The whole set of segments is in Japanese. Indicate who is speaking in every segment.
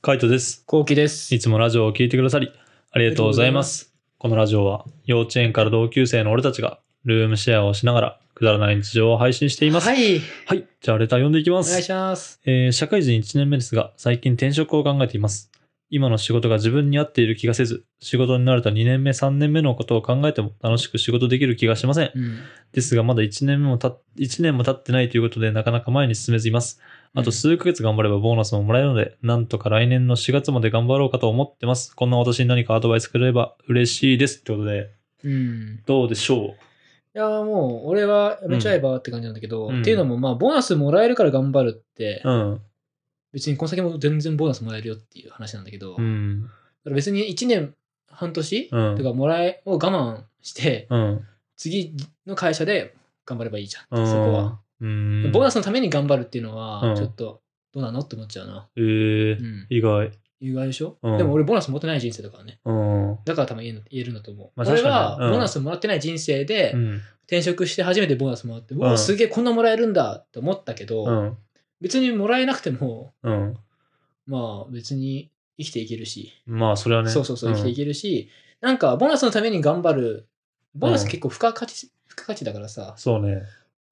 Speaker 1: カイトです。
Speaker 2: 後期です。
Speaker 1: いつもラジオを聞いてくださり、ありがとうございます。このラジオは、幼稚園から同級生の俺たちが、ルームシェアをしながら、くだらない日常を配信しています。
Speaker 2: は
Speaker 1: はい。
Speaker 2: い。
Speaker 1: じゃあ、レター読んでいきま
Speaker 2: お願い
Speaker 1: す。
Speaker 2: します。
Speaker 1: えー社会人1年目ですが、最近転職を考えています。今の仕事が自分に合っている気がせず、仕事になれた2年目、3年目のことを考えても楽しく仕事できる気がしません。
Speaker 2: うん。
Speaker 1: ですが、まだ1年目もたっ1年も経ってないということで、なかなか前に進めずいます。あと数ヶ月頑張ればボーナスももらえるので、なんとか来年の4月まで頑張ろうかと思ってます。こんな私に何かアドバイスくれれば嬉しいです。ってことで、
Speaker 2: うん。
Speaker 1: どうでしょ
Speaker 2: いやーもう、俺はやめちゃえばって感じなんだけど、
Speaker 1: うん
Speaker 2: っていうのも、まあ、ボーナスもらえるから頑張るって、
Speaker 1: ううん。
Speaker 2: 別にこの先も全然ボーナスもらえるよっていう話なんだけど、
Speaker 1: う
Speaker 2: だ
Speaker 1: ん。
Speaker 2: から別に1年、半年、
Speaker 1: うん
Speaker 2: とかもらえを我慢して、
Speaker 1: うん。
Speaker 2: 次の会社で頑張ればいいじゃんって、
Speaker 1: うん。
Speaker 2: そこは。
Speaker 1: うん。
Speaker 2: ボーナ
Speaker 1: ス
Speaker 2: スのために頑張るっていうの
Speaker 1: うん
Speaker 2: は、ちょっと、どうなのって思っちゃうな。
Speaker 1: えー
Speaker 2: うん。
Speaker 1: 意外。
Speaker 2: 意外でしょ、
Speaker 1: うん
Speaker 2: でも俺、ボーナス持ってない人生だからね。
Speaker 1: うん。
Speaker 2: だから多分言える言えるんだと思う。
Speaker 1: まあ
Speaker 2: 俺
Speaker 1: 確か
Speaker 2: は、
Speaker 1: にねうん
Speaker 2: ボーナスもらってない人生で、
Speaker 1: うん。
Speaker 2: 転職して初めてボーナスもらって、うわ
Speaker 1: うん
Speaker 2: すげえこんなもらえるんだって思ったけど、
Speaker 1: うん。
Speaker 2: 別にもらえなくても
Speaker 1: うん。
Speaker 2: まあ別に生きていけるし、
Speaker 1: まあ、それはね。
Speaker 2: そうそうそう
Speaker 1: うん
Speaker 2: 生きていけるし、なんかボーナスのために頑張るボーナス結構付加価値、付加価値だからさ
Speaker 1: そうね。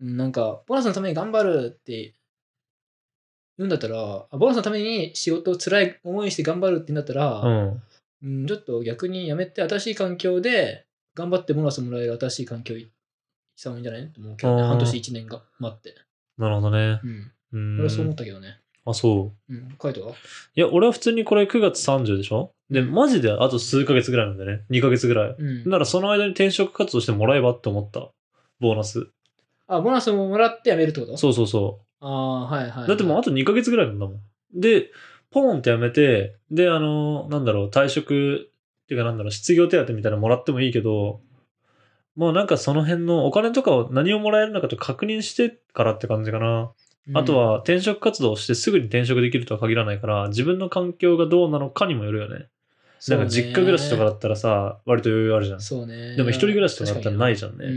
Speaker 2: うんなんかボーナスのために頑張るって言うんだったらあボーナスのために仕事を辛い思いして頑張るって言うんだったら、
Speaker 1: うん。
Speaker 2: うん、ちょっと逆にやめて、新しい環境で、頑張ってボーナスもらえる新しい環境行った方がいいんじゃないと思うけどね、
Speaker 1: あー
Speaker 2: 半年1年が待って。
Speaker 1: なるほどね。
Speaker 2: うん。
Speaker 1: う
Speaker 2: 俺はそう思っ
Speaker 1: ん。
Speaker 2: たけどね。
Speaker 1: あ、そう。
Speaker 2: うん。カイトはい
Speaker 1: や、俺は普通にこれ9月30でしょで、マジであと数ヶ月ぐらいなんだよね。2ヶ月ぐらい。
Speaker 2: うん。
Speaker 1: ならその間に転職活動してもらえばって思った。ボーナス。
Speaker 2: あ、ボーナスももらってやめるってことう。
Speaker 1: そうそうそ
Speaker 2: ああ、はいはい。
Speaker 1: う。だってもうあと2ヶ月ぐらいなんだもん。で、ポンってやめて、で、あの、なんだろう、退職っていうかなんだろう、失業手当みたいなのもらってもいいけど、もうなんかその辺のお金とかを何をもらえるのかと確認してからって感じかな。
Speaker 2: うん
Speaker 1: あと、は転職活動をしてすぐに転職できるとは限らないから、自分の環境がどうなのかにもよるよね。なんか実家暮らしとかだったらさ、割と余裕あるじゃん。
Speaker 2: そうね。
Speaker 1: でも一人暮らしとかだったらないいじゃんね。
Speaker 2: う
Speaker 1: だか
Speaker 2: ん。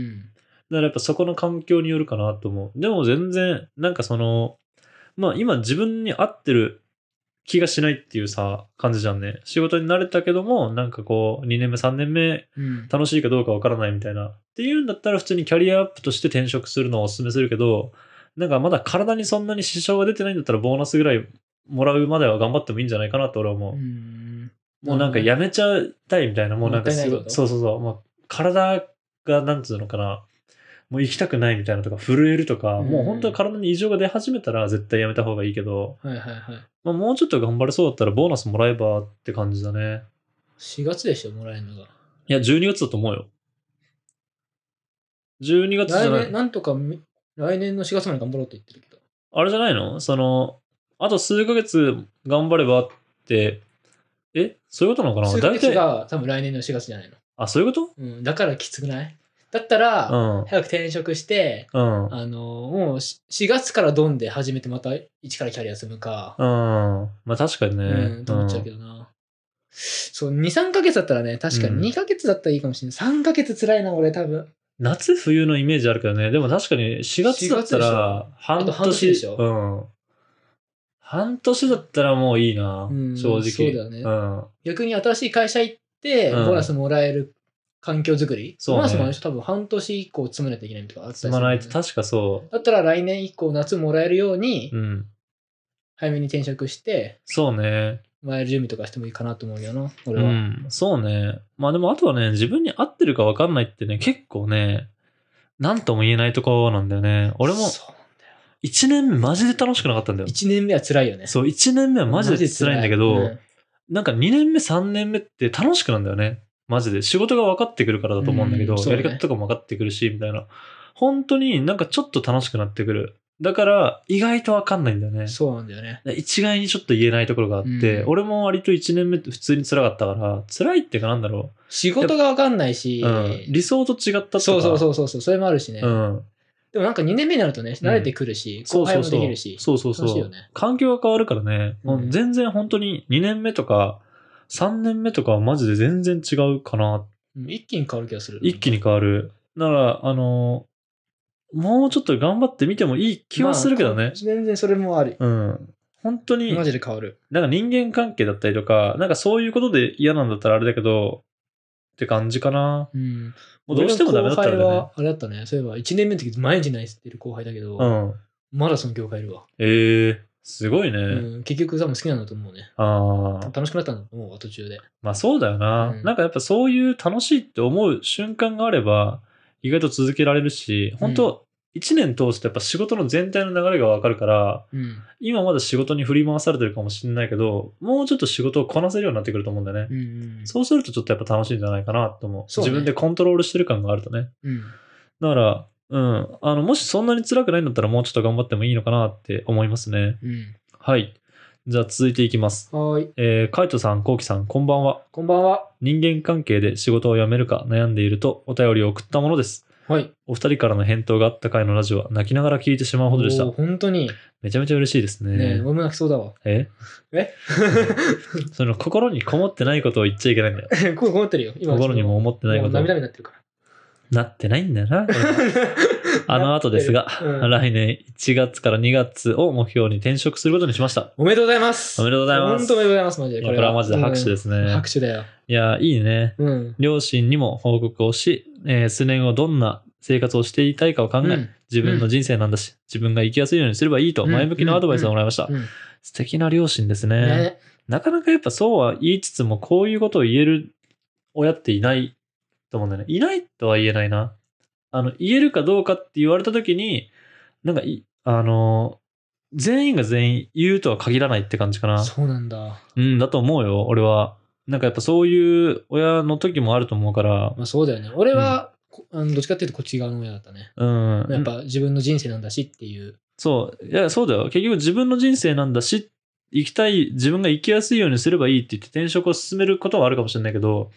Speaker 1: らやっぱそこの環境によるかなと思う。でも全然、なんかその、まあ今自分に合ってる気がしないっていうさ、感じじゃんね。仕事に慣れたけども、なんかこう、2年目、3年目、
Speaker 2: うん。
Speaker 1: 楽しいかどうかわからないみたいな。っていうんだったら普通にキャリアアップとして転職するのをお勧めするけど、なんかまだ体にそんなに支障が出てないんだったらボーナスぐらいもらうまでは頑張ってもいいんじゃないかなと俺は思う。
Speaker 2: うん
Speaker 1: もうなんかやめちゃいたいみたいな、もうなんかすご
Speaker 2: も
Speaker 1: い、
Speaker 2: ったいないこと
Speaker 1: そうそうそう、もう体がなんつうのかな、もう行きたくないみたいなとか、震えるとか、
Speaker 2: うん
Speaker 1: もう本当に体に異常が出始めたら絶対やめた方がいいけど、
Speaker 2: はいはいはい。
Speaker 1: まあ、もうちょっと頑張れそうだったらボーナスもらえばって感じだね。
Speaker 2: 4月でしょ、もらえるのが。
Speaker 1: いや、12月だと思うよ。12月じゃ
Speaker 2: 来
Speaker 1: な
Speaker 2: 年、
Speaker 1: い、
Speaker 2: なんとかみ、来年の4月まで頑張ろうって言ってるけど。
Speaker 1: あれじゃないのその、あと数ヶ月頑張ればって、えそういうことなのかな
Speaker 2: 数ヶ
Speaker 1: 大
Speaker 2: 月
Speaker 1: 体、
Speaker 2: が多分来年の4月じゃないの。
Speaker 1: あ、そういうこ
Speaker 2: うん、だからきつくないだったら、
Speaker 1: と
Speaker 2: 早く転職して、
Speaker 1: うん。うん。
Speaker 2: あのもうし4月からドンで始めてまた一からキャリア積むか、
Speaker 1: うん。まあ確かにね。
Speaker 2: うん、と思っちゃうけどな。そう、2、3ヶ月だったらね、確か
Speaker 1: うん
Speaker 2: に2ヶ月だったらいいかもしれない。3ヶ月辛いな、俺多分。
Speaker 1: 夏冬のイメージあるけどねでも確かに4月だったら半
Speaker 2: と
Speaker 1: 年
Speaker 2: 半年でしょ
Speaker 1: うん半年だったらもういいな、
Speaker 2: うん
Speaker 1: 正直
Speaker 2: そうだよね
Speaker 1: ん
Speaker 2: 逆に新しい会社行って、ボ
Speaker 1: うん
Speaker 2: ーナスもらえる環境づくり。
Speaker 1: そうね
Speaker 2: ボーナスもらえる人多分半年以降積まないといけないとかあったりす
Speaker 1: す
Speaker 2: る
Speaker 1: ま
Speaker 2: もんね
Speaker 1: ないと確かそ
Speaker 2: だったら来年以降夏もらえるように
Speaker 1: う、うん
Speaker 2: 早めに転職して、
Speaker 1: そうね
Speaker 2: もらえる準備とかしてもいいかなと思うよな、
Speaker 1: う
Speaker 2: 俺は。
Speaker 1: んそうねまあでもあとはね自分に合ってるか分かんないってね結構ねなんとも言えないところなんだよね俺も
Speaker 2: そう
Speaker 1: 1年目マジで楽しくなかったんだよ
Speaker 2: 1年目は辛いよね。
Speaker 1: そう1年目はマジで辛いんだけど、
Speaker 2: うん
Speaker 1: なんか2年目3年目って楽しくなんだよねマジで仕事が分かってくるからだと思うんだけど、
Speaker 2: うんそう
Speaker 1: や
Speaker 2: ね
Speaker 1: り方とかも分かってくるしみたいな本当になんかちょっと楽しくなってくるだから意外と分かんないんだよね
Speaker 2: そうなんだよね。
Speaker 1: 一概にちょっと言えないところがあって、
Speaker 2: うん
Speaker 1: 俺も割と1年目って普通に辛かったから辛いっていうかなんだろ
Speaker 2: 仕事がわかんないし、
Speaker 1: う、うん、理想と違ったとか
Speaker 2: そうそう
Speaker 1: う
Speaker 2: そうそうそう、それもあるしね。
Speaker 1: うん、
Speaker 2: でもなんか2年目になるとね、慣れてくるし、
Speaker 1: そ
Speaker 2: 後
Speaker 1: うそ
Speaker 2: 輩
Speaker 1: う
Speaker 2: も
Speaker 1: そ
Speaker 2: でき
Speaker 1: う
Speaker 2: るし、
Speaker 1: そうそう
Speaker 2: 楽しい
Speaker 1: そ
Speaker 2: よ
Speaker 1: う
Speaker 2: ね。
Speaker 1: 環境が変わるからね、もう全然本当に2年目とか3年目とかはマジで全然違うかなって
Speaker 2: うん一気に変わる気がする。
Speaker 1: 一気に変わる。なら、あのもうちょっと頑張ってみてもいい気はするけど
Speaker 2: まあ
Speaker 1: ね。
Speaker 2: 全然それもある。
Speaker 1: うん。本当に、
Speaker 2: マジで変わる。
Speaker 1: なんか人間関係だったりとか、なんかそういうことで嫌なんだったらあれだけど、って感じかな。
Speaker 2: うん。
Speaker 1: もうどうしてもダメだったら
Speaker 2: 俺
Speaker 1: だ
Speaker 2: の後輩
Speaker 1: ね
Speaker 2: は。あれだったね。そういえば、1年目の時毎日ナイスってる後輩だけど、
Speaker 1: うん。
Speaker 2: まだその業界いるわ。
Speaker 1: ええすごいね。
Speaker 2: うん、結局多分好きなんだと思うね。
Speaker 1: ああ。
Speaker 2: 楽しくなったんだと思うわ、途中で。
Speaker 1: まあそうだよな、
Speaker 2: うん
Speaker 1: なんかやっぱそういう楽しいって思う瞬間があれば、意外と続けられるし、本当一年通してやっぱ仕事の全体の流れがわかるから、
Speaker 2: うん。
Speaker 1: 今まだ仕事に振り回されてるかもしれないけど、もうちょっと仕事をこなせるようになってくると思うんだよね。
Speaker 2: うん、うん。
Speaker 1: そうするとちょっとやっぱ楽しいんじゃないかなと思う。
Speaker 2: そうね
Speaker 1: 自分でコントロールしてる感があるとね。
Speaker 2: うん。
Speaker 1: だから、うん。あの、もしそんなに辛くないんだったらもうちょっと頑張ってもいいのかなって思いますね。
Speaker 2: うん。
Speaker 1: はい。じゃあ続いていきます。
Speaker 2: はーい。
Speaker 1: えー、カイトさん、コウキさん、こんばんは。
Speaker 2: こんばんは。
Speaker 1: 人間関係で仕事を辞めるか悩んでいるとお便りを送ったものです。
Speaker 2: はい。
Speaker 1: お二人からの返答があった回のラジオは泣きながら聞いてしまうほどでした
Speaker 2: おー。本当に。
Speaker 1: めちゃめちゃ嬉しいです
Speaker 2: ねえ、
Speaker 1: ね。
Speaker 2: 俺も泣きそうだわ。
Speaker 1: え
Speaker 2: え
Speaker 1: その心にこもってないことを言っちゃいけないん だよ。
Speaker 2: 心困ってるよ。今
Speaker 1: 心にも思ってない
Speaker 2: も
Speaker 1: こ
Speaker 2: う
Speaker 1: とを
Speaker 2: 涙になってるから。
Speaker 1: なってないんだよな。 これはあの後ですが、
Speaker 2: うん
Speaker 1: 来年1月から2月を目標に転職することにしました。
Speaker 2: おめでとうございます。
Speaker 1: おめでとうございます
Speaker 2: 本当おめでとうございます、マジで。
Speaker 1: いやこれはマジで拍手ですすね。
Speaker 2: 拍手だよ。
Speaker 1: いや、いいね。
Speaker 2: うん。
Speaker 1: 両親にも報告をし、えー数年後どんな生活をしていたいかを考え、
Speaker 2: うん
Speaker 1: 自分の人生なんだし、自分が生きやすいようにすればいいと
Speaker 2: うん
Speaker 1: 前向きなアドバイスをもらいました。
Speaker 2: うん
Speaker 1: 素敵な両親ですね
Speaker 2: ね
Speaker 1: なかなかやっぱそうは言いつつも、こういうことを言える親っていないと思うんだよね。いないとは言えないな。あの、言えるかどうかって言われたときに、なんかい、あの、全員が全員言うとは限らないって感じかな。
Speaker 2: そうなんだ。
Speaker 1: うん、だと思うよ、俺は。なんかやっぱそういう親の時もあると思うから、
Speaker 2: まあそうだよね。俺は、こあのどっちかっていうとこっち側の親だったね。
Speaker 1: うん。
Speaker 2: やっぱ自分の人生なんだしっていう。
Speaker 1: そう、いや、そうだよ。結局自分の人生なんだし、行きたい、自分が生きやすいようにすればいいって言って転職を進めることはあるかもしれないけど、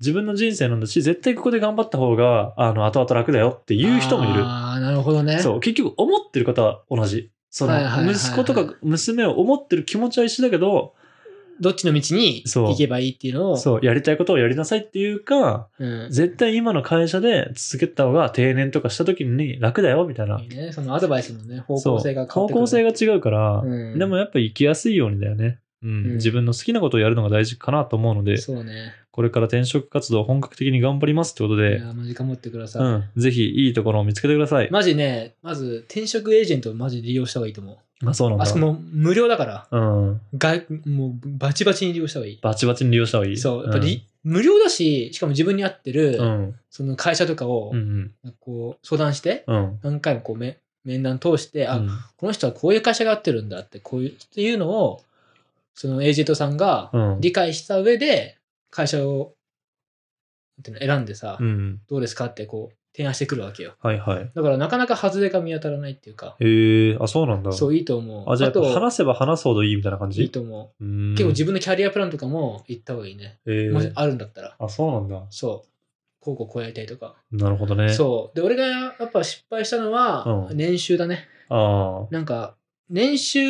Speaker 1: 自分の人生なんだし、絶対ここで頑張った方が、あの、後々楽だよっていう人もいる。
Speaker 2: ああ、なるほどね。
Speaker 1: そう、結局思ってる方は同じ。その
Speaker 2: はいはいはい、はい
Speaker 1: 息子とか娘を思ってる気持ちは一緒だけど、
Speaker 2: どっちの道に
Speaker 1: そう
Speaker 2: 行けばいいっていうのを、
Speaker 1: そう、やりたいことをやりなさいっていうか、
Speaker 2: うん
Speaker 1: 絶対今の会社で続けた方が定年とかした時に楽だよ、みたいな。
Speaker 2: いいね、そのアドバイスのね、方向性が変
Speaker 1: そう
Speaker 2: わっ
Speaker 1: 方
Speaker 2: てくる
Speaker 1: 向性が違うから、
Speaker 2: うん
Speaker 1: でもやっぱ生きやすいようにだよね、うん
Speaker 2: うん
Speaker 1: 自分の好きなことをやるのが大事かなと思うので
Speaker 2: そうね。
Speaker 1: これから転職活動を本格的に頑張りますってこと
Speaker 2: い
Speaker 1: で、
Speaker 2: や、マジ頑張ってください。
Speaker 1: うん、ぜひいいところを見つけてください、ま
Speaker 2: マジね、まず転職エージェントをマジ利用した方がいいと思う。
Speaker 1: あそうなんだ
Speaker 2: あそこもう無料だから、
Speaker 1: うん、
Speaker 2: がもうバチバチに利用した方がいい。
Speaker 1: バチバチに利用した方がいい
Speaker 2: そう、やっぱり、無料だし、しかも自分に合ってる、
Speaker 1: うん
Speaker 2: その会社とかを
Speaker 1: うんう、ん
Speaker 2: こう、相談して、
Speaker 1: うん
Speaker 2: 何回もこうめ面談通して、
Speaker 1: う
Speaker 2: あ、
Speaker 1: ん
Speaker 2: この人はこういう会社が合ってるんだって、こういう、っていうのを、そのエージェントさんが
Speaker 1: うん
Speaker 2: 理解した上で、会社を、なんていうの、選んでさ、
Speaker 1: うん
Speaker 2: どうですかってこう、提案してくるわけよ。
Speaker 1: はいはい
Speaker 2: だからなかなか外れが見当たらないっていうか、
Speaker 1: へえあそうなんだ
Speaker 2: そう、いいと思う。
Speaker 1: あじゃあ
Speaker 2: と、
Speaker 1: 話せば話すほどいいみたいな感じ
Speaker 2: いいと思
Speaker 1: う
Speaker 2: う。
Speaker 1: ん
Speaker 2: 結構自分のキャリアプランとかも行った方がいいね。
Speaker 1: へえ
Speaker 2: もしあるんだったら。
Speaker 1: あそうなんだ
Speaker 2: そう。こうこうこうやりたいとか。
Speaker 1: なるほどね
Speaker 2: そう。で、俺がやっぱ失敗したのは、
Speaker 1: うん
Speaker 2: 年収だね。
Speaker 1: ああ
Speaker 2: なんか、年収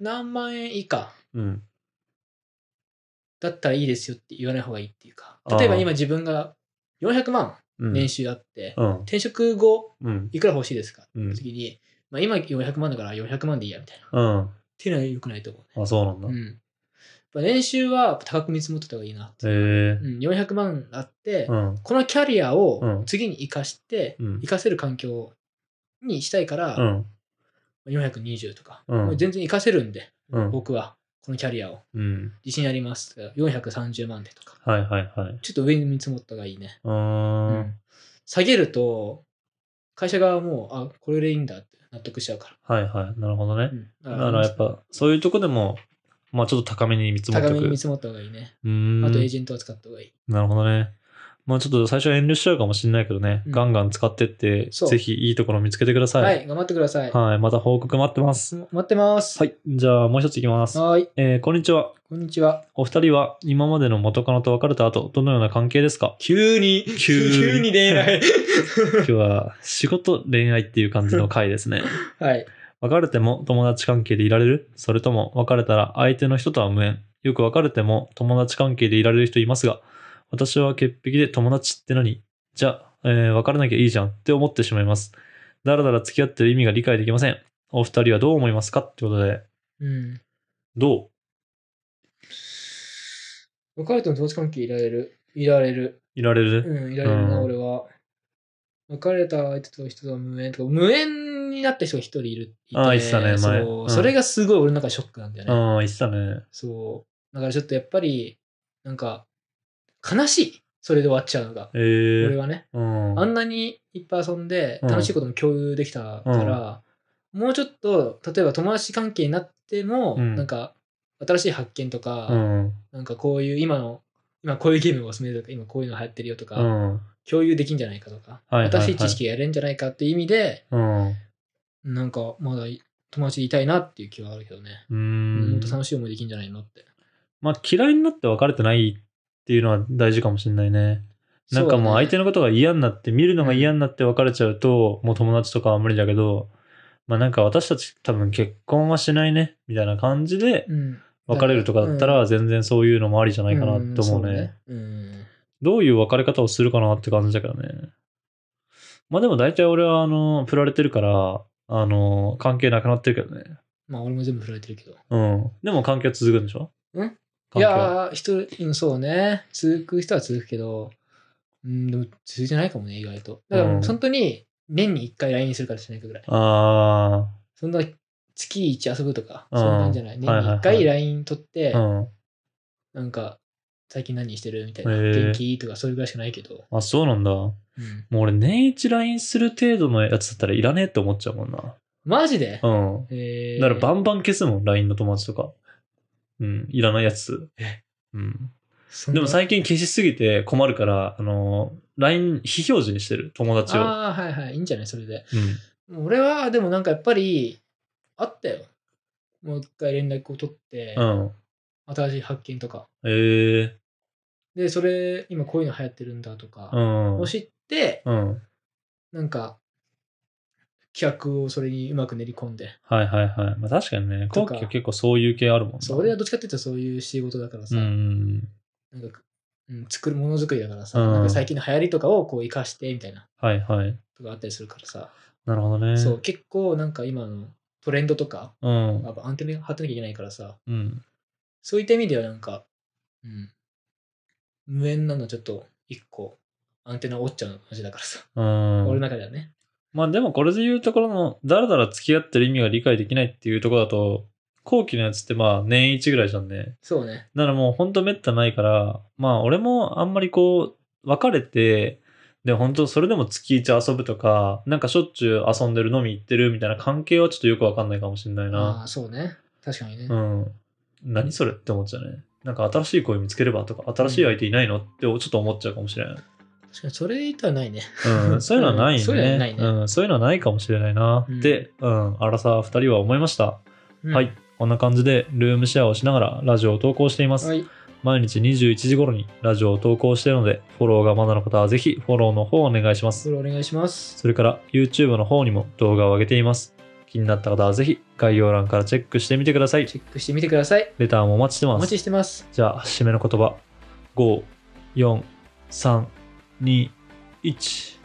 Speaker 2: 何万円以下
Speaker 1: うん
Speaker 2: だったらいいですよって言わない方がいいっていうか。例えば
Speaker 1: あー
Speaker 2: 今自分が400万
Speaker 1: うん
Speaker 2: 年収あって、
Speaker 1: うん
Speaker 2: 転職後
Speaker 1: うん
Speaker 2: いくら欲しいですか
Speaker 1: うん
Speaker 2: 次に、まあ今400万だから400万でいいやみたいな。っ
Speaker 1: うん
Speaker 2: ていうのは良くないと思
Speaker 1: あそうなんだ
Speaker 2: う。うん。やっぱ年収は高く見積もってた方がいいなって。
Speaker 1: へえ
Speaker 2: うん、400万あって、
Speaker 1: うん
Speaker 2: このキャリア
Speaker 1: う
Speaker 2: を
Speaker 1: ん
Speaker 2: 次に生かして、
Speaker 1: うん
Speaker 2: 生かせる環境にしたいから、
Speaker 1: うん
Speaker 2: 420とか、
Speaker 1: うん
Speaker 2: もう全然生かせるんで、
Speaker 1: うん
Speaker 2: 僕はこのキャリアを
Speaker 1: うん
Speaker 2: 自信ありますとか430万でとか
Speaker 1: はいはいはい
Speaker 2: ちょっと上に見積もった方がいいね、
Speaker 1: うー
Speaker 2: うんん下げると会社側もあこれでいいんだって納得しちゃうか
Speaker 1: はいはいなるほど
Speaker 2: ら、
Speaker 1: ね
Speaker 2: うんだ
Speaker 1: だからやっぱそういうとこでもまあちょっと高めに見積もっ
Speaker 2: 高
Speaker 1: て
Speaker 2: め
Speaker 1: お
Speaker 2: に見
Speaker 1: く
Speaker 2: 積もった方がいいね、
Speaker 1: うーん
Speaker 2: あとエージェントは使った方がいい
Speaker 1: なるほどねまあちょっと最初は遠慮しちゃうかもしれないけどね
Speaker 2: うん
Speaker 1: ガンガン使ってって
Speaker 2: そう
Speaker 1: ぜひいいところを見つけてくだ
Speaker 2: は
Speaker 1: さ
Speaker 2: い、
Speaker 1: い
Speaker 2: 頑張ってください、
Speaker 1: はいまた報告待ってます
Speaker 2: 待ってます
Speaker 1: はいじゃあもう一ついきます
Speaker 2: はーい
Speaker 1: えーこんにちは
Speaker 2: こんにちは
Speaker 1: お二人は今までの元カノと別れた後どのような関係ですか
Speaker 2: 急に
Speaker 1: 急に
Speaker 2: 急に恋愛
Speaker 1: 今日は仕事恋愛っていう感じの回ですね
Speaker 2: はい
Speaker 1: 別れても友達関係でいられるそれとも別れたら相手の人とは無縁よく別れても友達関係でいられる人いますが私は潔癖で友達って何じゃあ、えー別れなきゃいいじゃんって思ってしまいますだらだら付き合ってる意味が理解できませんお二人はどう思いますかってことで
Speaker 2: うん
Speaker 1: どう
Speaker 2: 若いとの同時関係いられる。いられる。
Speaker 1: いられる、
Speaker 2: うん、いられるな、
Speaker 1: うん
Speaker 2: 俺は。別れた相手と人とは無縁とか、無縁になった人が一人いる。い
Speaker 1: あー言ってたね前
Speaker 2: そう
Speaker 1: うん
Speaker 2: それがすごい俺の中でショックなんだよ
Speaker 1: う
Speaker 2: ね。
Speaker 1: ん、言ってたね。
Speaker 2: そう。だからちょっとやっぱり、なんか、悲しい。それで終わっちゃうのが。
Speaker 1: えー。
Speaker 2: 俺はね。
Speaker 1: うん。
Speaker 2: あんなにいっぱい遊んで、
Speaker 1: うん
Speaker 2: 楽しいことも共有できたから、もうちょっと、例えば友達関係になっても、
Speaker 1: うん
Speaker 2: なんか、新しい発見とか、
Speaker 1: うん。
Speaker 2: なんかこういう今の、今こういうゲームがおすすめとか、今こういうの流行ってるよとか、
Speaker 1: うん。
Speaker 2: 共有できんじゃないかとか、
Speaker 1: はいはいはい
Speaker 2: 新しい知識がやれんじゃないかっていう意味で、
Speaker 1: うん。う
Speaker 2: なんかまだい友達でいたいなっていう気はあるけどね。
Speaker 1: ー
Speaker 2: もっ
Speaker 1: ん
Speaker 2: と。楽しい思いできんじゃないのって。
Speaker 1: まあ、嫌いになって別れてないっていうのは大事かもしれないね。なんかもう相手
Speaker 2: の、
Speaker 1: のことが嫌になって、見るのが嫌になって別れちゃうと、もう友達とかは無理だけど、まあなんか私たち多分結婚はしないね、みたいな感じで
Speaker 2: うん、
Speaker 1: 別れるとかだったら全然そういうのもありじゃないかなって思うね。
Speaker 2: うん。そううん
Speaker 1: どういう別れ方をするかなって感じだけどね。まあでも大体俺はあの、振られてるから、あの、関係なくなってるけどね。
Speaker 2: まあ俺も全部振られてるけど。
Speaker 1: うん。でも関係は続くんでしょ
Speaker 2: ん
Speaker 1: 関
Speaker 2: い
Speaker 1: 係は
Speaker 2: やー、人、うん、そうね。続く人は続くけど、うん、でも続いてないかもね、意外と。だからもう
Speaker 1: うん
Speaker 2: 本当に、年に1回 LINE するからしないかぐらい。
Speaker 1: あ
Speaker 2: そんな、月1遊ぶとか、
Speaker 1: うん
Speaker 2: そんなんじゃない。年に
Speaker 1: はいはいはい
Speaker 2: 1回 LINE 取って、
Speaker 1: あ。うん。
Speaker 2: なんか、最近何してるみたいな。
Speaker 1: へー
Speaker 2: 元気とか、それぐらいしかないけど。
Speaker 1: あ、そうなんだ。も
Speaker 2: うん
Speaker 1: う俺年一 LINE する程度のやつだったらいらねえって思っちゃうもんな。
Speaker 2: マジで
Speaker 1: うん。
Speaker 2: えー
Speaker 1: だからバンバン消すもん、LINE の友達とか。うん。いらないやつ。うん。
Speaker 2: そんな
Speaker 1: でも最近消しすぎて困るから、あの、LINE 非表示にしてる、友達を。うん。
Speaker 2: ああ、はいはい、いいんじゃないそれで。もう俺は、でもなんかやっぱり、あったよ。もう一回連絡を取って、
Speaker 1: うん。
Speaker 2: 新しい発見とか。
Speaker 1: ええ
Speaker 2: で、それ、今こういうの流行ってるんだとか、
Speaker 1: うん。
Speaker 2: を知って、
Speaker 1: うん。
Speaker 2: なんか、企画をそれにうまく練り込んで。
Speaker 1: はいはいはい。まあ確かにね、
Speaker 2: と
Speaker 1: 後
Speaker 2: か
Speaker 1: 期は結構そういう系あるもんな
Speaker 2: そう、俺はどっちかっていうとそういう仕事だから
Speaker 1: う
Speaker 2: さ、
Speaker 1: ん。
Speaker 2: なんか、うん、作るものづくりだからさ、
Speaker 1: うん
Speaker 2: なんか最近の流行りとかをこう活かしてみたいな、
Speaker 1: はいはい。
Speaker 2: とかあったりするからさ、
Speaker 1: なるほどね。
Speaker 2: そう、。結構なんか今のトレンドとか、
Speaker 1: うん
Speaker 2: や。っぱアンテナ張ってなきゃいけないからさ、
Speaker 1: うん。
Speaker 2: そういった意味ではなんか、うん、無縁なのちょっと一個、アンテナ折っちゃう話だからさ、
Speaker 1: うん。
Speaker 2: 俺の中ではね。
Speaker 1: まあでもこれで言うところの、だらだら付き合ってる意味が理解できないっていうところだと、後期のやつってまあ年一ぐらいじゃんね。
Speaker 2: そうね。
Speaker 1: だからもうほんとめったないから、まあ俺もあんまりこう、別れて、で、本当それでも月一遊ぶとか、なんかしょっちゅう遊んでる飲み行ってるみたいな関係はちょっとよくわかんないかもしれないな
Speaker 2: あ。あ、そうね。確かにね。
Speaker 1: うん。何それって思っちゃうね。なんか新しい恋見つければとか、新しい相手いないのってちょっと思っちゃうかもしれない。
Speaker 2: 確かにそれ言ったらないね。
Speaker 1: うん、そういうのはないね。
Speaker 2: そういうのはないね
Speaker 1: うん、そういうのはないかもしれないな。
Speaker 2: うん
Speaker 1: で、うん、アラサー2人は思いました。
Speaker 2: うん
Speaker 1: はい。こんな感じで、ルームシェアをしながらラジオを投稿しています。
Speaker 2: はい。
Speaker 1: 毎日21時頃にラジオを投稿しているので、フォローがまだの方はぜひフォローの方をお願いします
Speaker 2: そ。れお願いします。
Speaker 1: それから YouTube の方にも動画を上げています。気になった方はぜひ概要欄からチェックしてみてください。
Speaker 2: チェックしてみてください。
Speaker 1: レターもお待ちして
Speaker 2: お
Speaker 1: ます
Speaker 2: 待。ちしてます。
Speaker 1: じゃあ、締めの言葉。5、4、3、2、1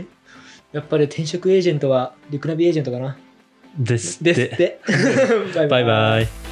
Speaker 2: えやっぱり転職エージェントは、リクナビエージェントかな
Speaker 1: ですっ
Speaker 2: で
Speaker 1: て。
Speaker 2: すって。
Speaker 1: バイバイ。